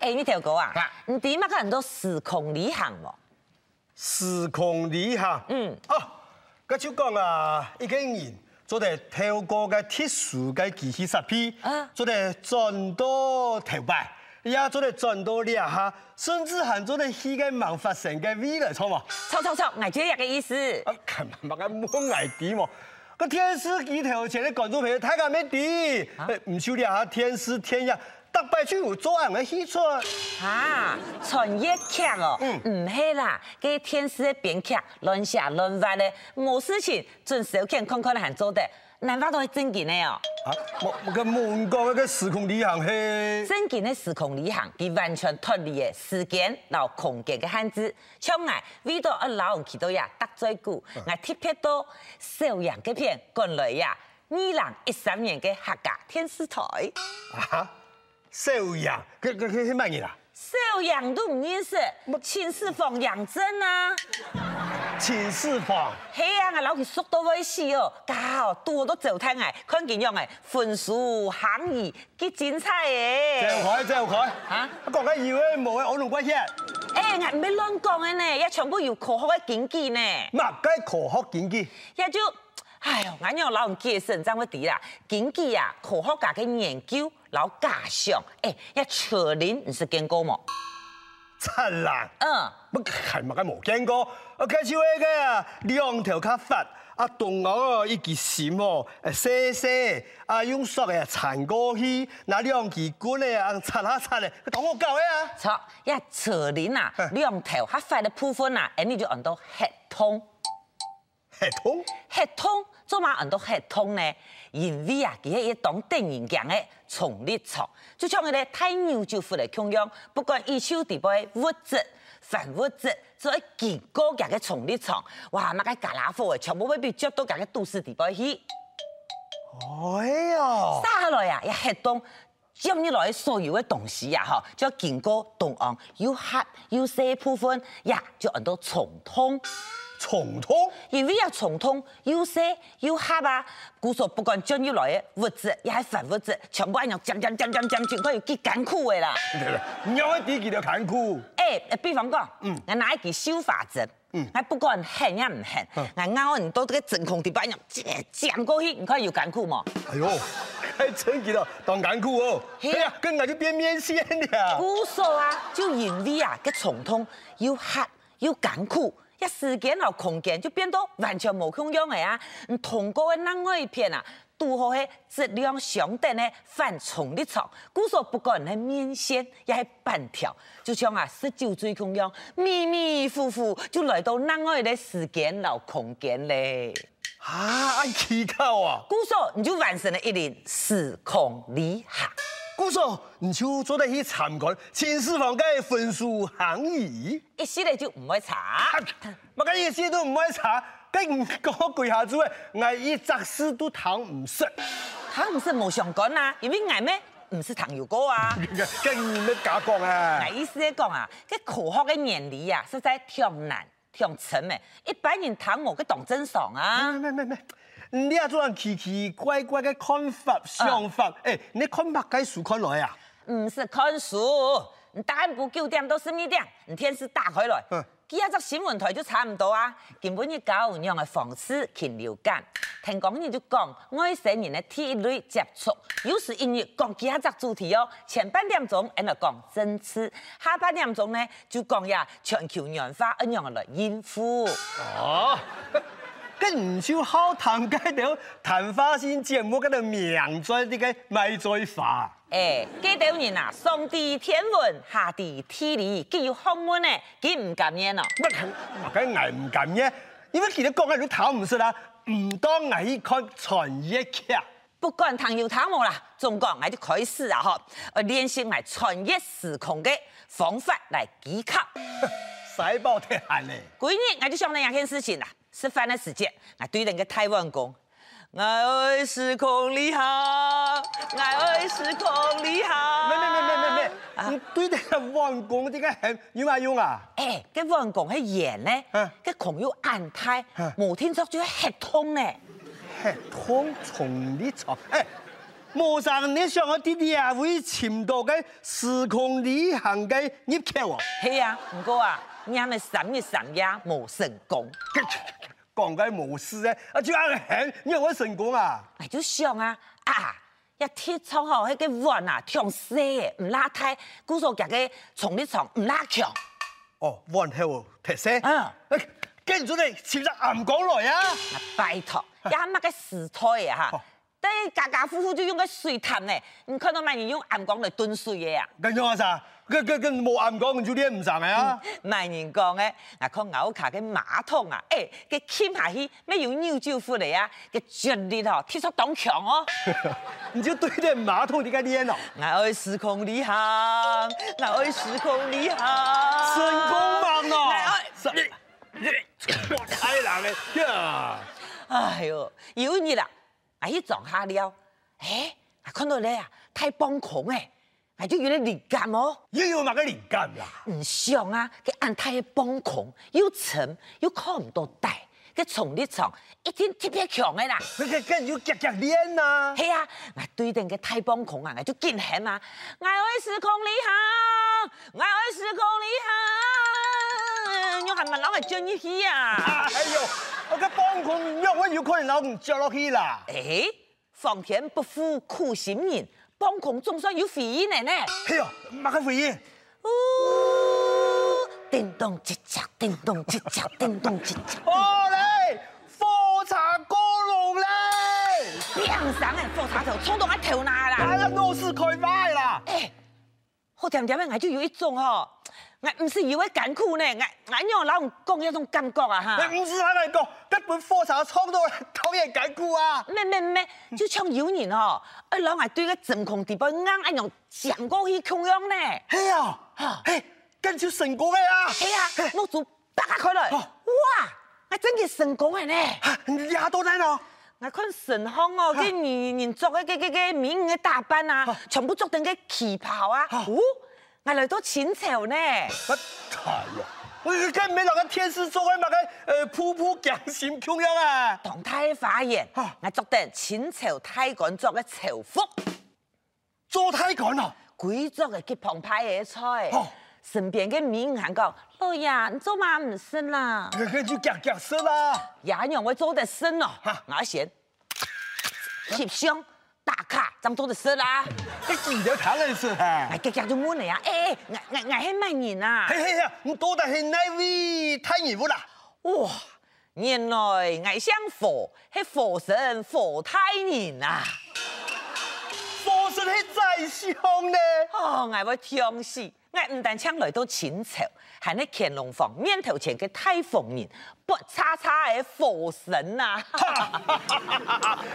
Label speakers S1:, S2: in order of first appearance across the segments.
S1: 哎，你条狗啊
S2: 啊，
S1: 你第一嘛看很多时空旅行哦，
S2: 時空旅行，
S1: 嗯
S2: 嗯，哦，我就講啊，一個人做得透過個特殊嘅機器設備
S1: 啊，
S2: 做得轉到頭擺，也啊做得轉到兩下，甚至還做得起個盲發生嘅味嚟，錯冇？
S1: 臭臭臭，我觉得个意思。
S2: 啊，咁乜嘅冇危啲喎？個天師幾頭前咧廣州朋友睇下咩啲？誒哎唔少兩下天師天呀，特別去有做人嘅戲出。
S1: 啊，穿越劇哦，唔係啦，佮天師的編劇亂寫亂畫咧，冇事情準小見看看還做得，難怪都係正經的哦。
S2: 啊，我我個門講嘅時空旅行係。
S1: 正經的時空旅行，佢完全脫離的時間留空間嘅限制。像我味道一老人去到呀，得最久，我特別到小陽嘅片趕來呀，二零一三年嘅客家電視台。
S2: 啊，小羊，佢佢佢佢乜嘢啦？
S1: 小陽都唔認識，秦始皇楊真啊！
S2: 秦始皇，
S1: 嘿啊，我老去速到威死哦，家哦多都走太矮，看见样诶，分数行义几精彩
S2: 郑
S1: 诶！
S2: 恺郑恺，
S1: 啊
S2: 啊，講緊以為冇嘅，我同關係，
S1: 哎，我唔要乱讲诶呢，也全部有科学嘅根据呢，
S2: 乜嘅科學經濟，
S1: 也就，哎呦，俺让老人解释怎么地啦？根据啊，科学家嘅研究，老假想，哎，也确认你是见过冇？
S2: 真難，
S1: 嗯，
S2: 乜係乜嘅冇見過？我介紹一個兩條卡髮，啊，動物哦，一支線哦，誒細細，啊，用索嘅鏟過去，拿兩支棍咧，啊，擦下擦咧，佢同我教嘅啊，
S1: 错，也确认啊，两头合法的部分啊，哎，你就按到血统。
S2: 系統，
S1: 血统做嘛很多血统呢？因为啊，佢迄个当地人讲的从立错，就像迄个太牛就富来供养，不管一手地位物质、反物质，做一见过人嘅从立错，哇，那个加拉货的全部要被捉到人嘅都市地位去，
S2: 哎呀，
S1: 杀下来啊，一血统。接你来所有的东西啊呀，吼，就要经过东昂，有黑有细部分呀，就按到重通。
S2: 重通。
S1: 因为要重通，有色有黑啊，故说不管进入来的物质，也系反物质，全部按样尖尖尖尖尖，全部要几艰苦的啦。
S2: 我啲叫做坎坷，
S1: 诶、比方讲，我拿一支绣花针，我不管狠也唔狠，我咬人到这个真空地板样，尖过去，你看有艰苦冇？
S2: 哎呦，还真给到当干苦哦，
S1: 嘿
S2: 哎呀，跟俺就变面线了。
S1: 故说啊，就因为啊，个重通有黑有艰苦。一时间和空间就变到完全无共样的啊！唔通过的那外片啊，拄好迄质量相等的反重的床，故说不管系面线也系板条，就像啊十九岁共样，迷迷糊糊就来到那外的时间和空间嘞。
S2: 啊，俺乞靠啊！
S1: 故说你就完成了一年时空旅行。
S2: 姑嫂，你就做得去参观秦始皇嘅分数行仪，
S1: 一系列就唔会查
S2: 啊，乜嘅意思都唔爱查，佢唔讲跪下子嘅，俺一扎事都谈唔实，
S1: 他唔是冇相干啊，因为俺咩唔是糖油哥啊。
S2: 嗯跟你们假讲啊
S1: 俺！意思咧讲啊，这科学嘅原理啊，实在挺难、挺沉的，一般人谈我个当真爽啊。
S2: 咩咩咩，你啊做人奇奇怪怪嘅看法想法，诶，你看法该数看来啊？
S1: 唔是看书，你答案不九点到十二点，你电视打开来
S2: 嗯，
S1: 今日只新闻台就查唔到啊。根本要搞样嘅方式去了解。听讲你就讲外省人的第一类接触，有时因为讲其他只主题哦，前半点钟俺来讲政治，下半点钟呢就讲呀全球暖化一样来应付。
S2: 哦，跟唔少好谈嘅条谈花先节目嗰度名在啲嘅咪在花，
S1: 诶，几多人啊，上知天文，下知地理，既有学问呢，佢唔感染哦。
S2: 乜肯乜梗挨唔敢嘅，因为其实講嘅都談唔出啦，唔當挨去看傳一劇。
S1: 不管糖有糖冇啦，中國我就開始啊吼，呃，練習我穿越時空嘅方法來思考。
S2: 使爆太閒咧，
S1: 嗰一日我就想到兩件事情啦，啊吃飯的時間，我對那個台灣講。我愛時空旅行，我愛時空旅行。
S2: 咩咩咩咩咩
S1: 啊
S2: 咩，你對你個王公點解係用啊用啊？
S1: 哎，跟王講係演呢
S2: 啊，
S1: 跟孔有安排
S2: 啊，
S1: 冇聽說就係黑通呢。
S2: 係通從你錯，誒，無上你上我啲啲啊，會潛到嘅時空旅行嘅入口啊！
S1: 係啊，唔過啊，啱咪三日三夜冇成功。
S2: 講嘅無事咧，啊就啱行，你有冇成功啊？
S1: 我就想啊啊，一天窗吼迄個碗啊，強死嘅，唔拉太，故所夾個從你床唔拉強。
S2: 哦，運氣喎，提醒。哎
S1: 啊，
S2: 跟住你潛入岩港來啊！
S1: 啊拜 托，也乜個時代啊
S2: 哦
S1: 哈，對家家戶戶就用個水潭呢，你看到咪人用暗光來燉水嘅啊？
S2: 咁樣啊啥？跟跟跟冇岩港，就你唔上嚟啊？
S1: 賣嗯人講嘅，啊看牛卡嘅馬桶啊，誒，佢浸下去，咩用尿酒夫嚟啊？佢絕對吼，踢出當強哦。
S2: 唔知對啲馬桶點解啲人哦？
S1: 我愛時空旅行，我愛時空旅行。
S2: 成功猛
S1: 啊我
S2: 啊
S1: 愛！
S2: 實太難嘅呀！
S1: 哎呦，有你啦！啊，去撞下了，哎、啊看到你啊，太崩狂哎，啊就有點靈感哦。
S2: 要要買個連根啦！
S1: 唔想啊，佢按太崩狂，又沉又看唔到底，佢從你床一天特別強嘅啦。
S2: 佢佢跟住夾夾鏈啊！
S1: 係啊，我對定嘅太崩狂啊，我就見起嘛。我愛時空旅行，我愛時空旅行，我係咪攞嚟將你去啊？
S2: 哎呦，我嘅幫佢喐，我有可能扭唔着落去啦！
S1: 哎，皇天不負苦心人，幫窮總算有回應了呢。
S2: 哎呦，買個回應，
S1: 呜，哦叮咚吱喳，叮咚吱喳，叮咚吱喳，
S2: 我嚟火茶過龍嚟，
S1: 亮sáng哎，火茶頭衝到我頭那
S2: 哎
S1: 啦。
S2: 呀，老師開賣啦！
S1: 哎，好甜甜的，我就有一種吼，我唔是以為艱苦呢，我我用老公講一種感覺啊哈。
S2: 你唔知喺度講，一本火茶衝 到討人緊固啊！
S1: 咩咩咩，就像有人吼，哎，老外對個真空地板硬哎用強過去咁樣呢。
S2: 哎呀，嘿，跟住成功嘅啊！
S1: 哎呀，我就打開來，
S2: 哦
S1: 哇，我真嘅成功嘅呢。
S2: 你啊廿多啊單咯，
S1: 我看神风哦，
S2: 啊
S1: 佮年年做嘅嘅嘅嘅美女嘅打扮啊，全部做成嘅旗袍啊，
S2: 啊
S1: 哦，我来到清朝呢，
S2: 哎呀，我跟美落嘅天使做嘅嘛嘅，呃，瀑布強閃咁樣啊！
S1: 唐太花园
S2: 啊，
S1: 我做得清朝太官做嘅朝服，
S2: 做太趕啊咯，
S1: 贵族嘅吉澎湃嘅菜
S2: 哦，
S1: 身邊嘅美女還講，老爺你做嘛唔生啦，
S2: 跟住夾夾啊色啦，
S1: 也讓我做得生咯
S2: 啊，
S1: 我先翕相打卡，咁做得生啦，
S2: 你見到睇嚟先啊
S1: 我！夾夾就問你啊，誒，我我我係咩人啊？
S2: 嘿嘿哎呀，唔多得係那位太熱啦，
S1: 哇！原來魏相佛係佛神佛太人啊！
S2: 火神係在上咧，
S1: 哦，我要痛死！我唔但請來到清朝，還喺乾隆房面頭前嘅太鳳人，不叉叉嘅佛神啊！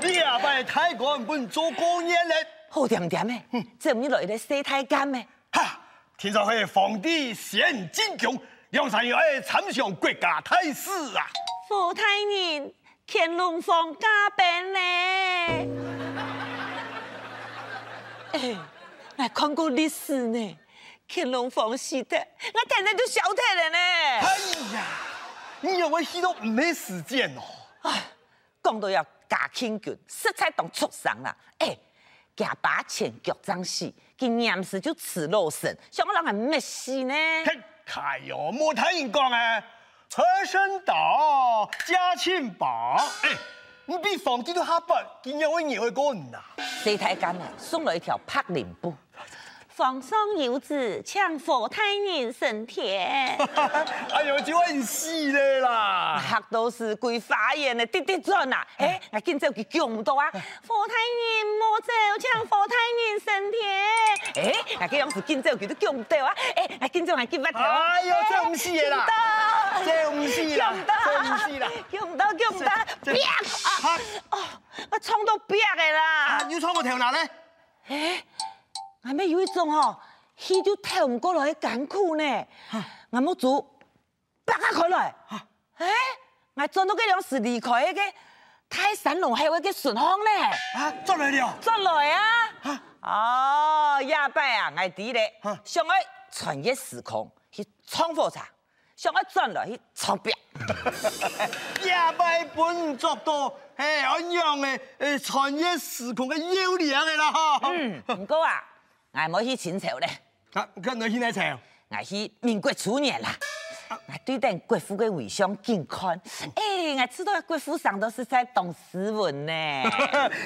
S2: 你啊咪太趕本做工嘢咧，
S1: 好點點咩？這唔來咧世太監咩？
S2: 哈！天上係皇帝顯真強，梁山要係參上國家太史啊！
S1: 佛太人，乾隆房加病咧。 哎，我看過歷史呢，乾隆房死的，我睇睇就笑睇了 呢。
S2: 哎呀，你讓我去到唔係時間哦。
S1: 講到要假清拳，實在當畜生啦。哎，假把前腳掌死，佢娘是就吃肉身，想我讓人咩死 呢？
S2: 嘿，哎呦，冇聽人講啊，和珅島、嘉慶堡，哎，你比房基都黑白，今日我認為個人啊，
S1: 四太監啊，送了一條柏林 布。放松游子，向佛太人升天。
S2: 哎呦，就很死咧啦。
S1: 黑道是鬼法院的滴滴转啊！哎，我今朝佢叫唔到啊！佛太人莫走，请佛太人升天。哎，我今样是今朝佢都叫唔到啊！哎，我今朝我叫不到。
S2: 哎呦这唔是 的啦这唔是啦
S1: 叫唔到，
S2: 这唔是啦
S1: 叫唔到，叫唔到，
S2: 这
S1: 憋啊！哦，我冲到憋的啦
S2: 啊，！要創個頭哪咧？
S1: 哎，我咪有一种吼，戏就跳唔过来的艰苦呢。啊我冇做，拔下佢来。哎，我转到嗰样是离开那个泰山龙海嗰个顺风呢，
S2: 啊，做嚟了，
S1: 转来啊。哦，亚伯啊，我知咧
S2: 啊，
S1: 想要穿越时空去闯火茶，想要转落去钞票。
S2: 也拜本作到，嘿，安样的，诶，穿越时空嘅优良的啦哈。
S1: 嗯，唔过啊，我冇去清朝咧，
S2: 啊，跟到现在唱，
S1: 我去民国初年啦。我对待国父嘅遗像健看，诶、我知道国父上都是在懂诗 文呢。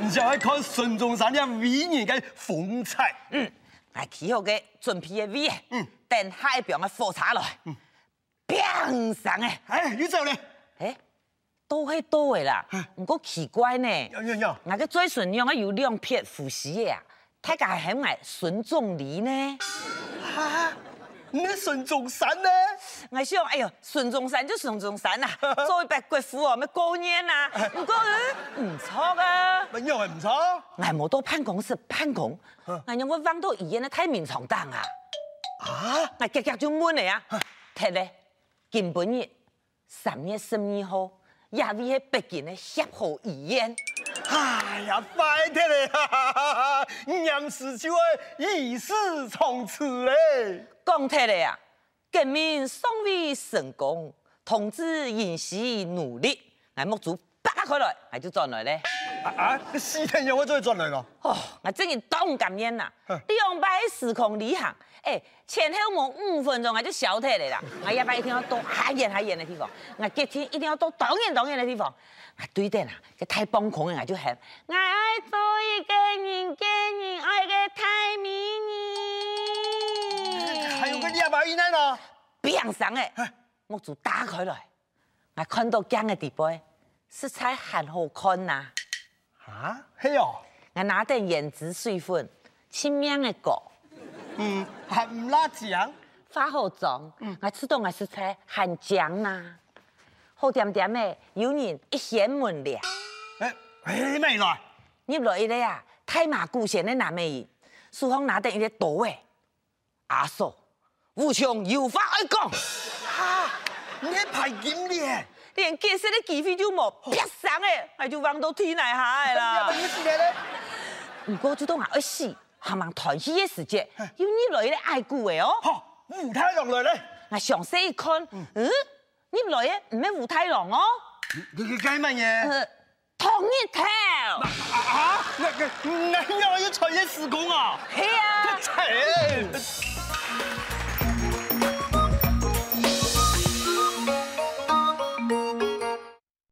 S2: 唔想去看孙中山嘅伟人嘅风采。
S1: 嗯，我起好嘅准备嘅位，嗯，等下一边嘅火柴来，嗯，砰上诶，
S2: 哎，你走咧，
S1: 诶，都喺倒嘅啦，唔过奇怪呢。
S2: 样样样，
S1: 我个最顺用啊有两撇腐蚀的啊，大家系我孙仲礼呢。
S2: 哈，你孙中山呢？
S1: 我想，哎呦，孙中山就孙中 山呐、啊，作为白国父哦，咩过年呐、啊，不过嗯唔错啊。
S2: 咁样系唔错。
S1: 我哎冇到办公室办公，我用我放到医院的太眠床单啊，
S2: 啊，
S1: 我夹夹就闷嚟啊。踢咧，近本日三月十二号，也为喺北京的协和医院。
S2: 哎呀，快啲咧，哈哈哈哈！ 严世就会一世从此嘞。
S1: 讲起来啊，革命尚未成功，同志仍需努力。我目珠扒开来，我就转来咧。
S2: 啊啊，你四天有我做转来咯。
S1: 哦，我真是当感恩呐、
S2: 哼
S1: 你用摆时空旅行，哎、前后无五分钟我就消退了 啦。哎我一摆一定要到海远海远的地方，我隔天一定要到当远当远的地方。我对的啦，这太崩溃了，啊我就喊，我爱做一个人，个人爱个太迷你。
S2: 哎还有个廿八以内呢。
S1: 冰上诶，我就打开来，我看到姜嘅地杯，色彩很好看呐、
S2: 啊，嘿哦，
S1: 我拿点胭脂水粉，清明嘅果，
S2: 嗯，还唔啊辣酱，
S1: 化好妆，我吃到我色彩很姜呐、啊好点点诶，有人一掀门咧，
S2: 哎哎，咩来？
S1: 入落去咧啊，太马古县的男美人，苏芳拿点一个刀诶，阿嫂，无穷有法爱讲，
S2: 啊，你喺排金咧？
S1: 连解释的机会都冇，劈上诶，我就望到天来下的啦。
S2: 廿八以内咧？
S1: 唔过就当我一死，下忙团起嘅时节，有你女咧爱顾嘅哦。
S2: 哈，唔太落来咧。
S1: 我详细一看，嗯，你女嘅唔係胡太郎哦，
S2: 佢佢計乜嘢？
S1: 呃，唐一條，
S2: 啊，我我我要隨一時講啊！
S1: 係啊。
S2: 切！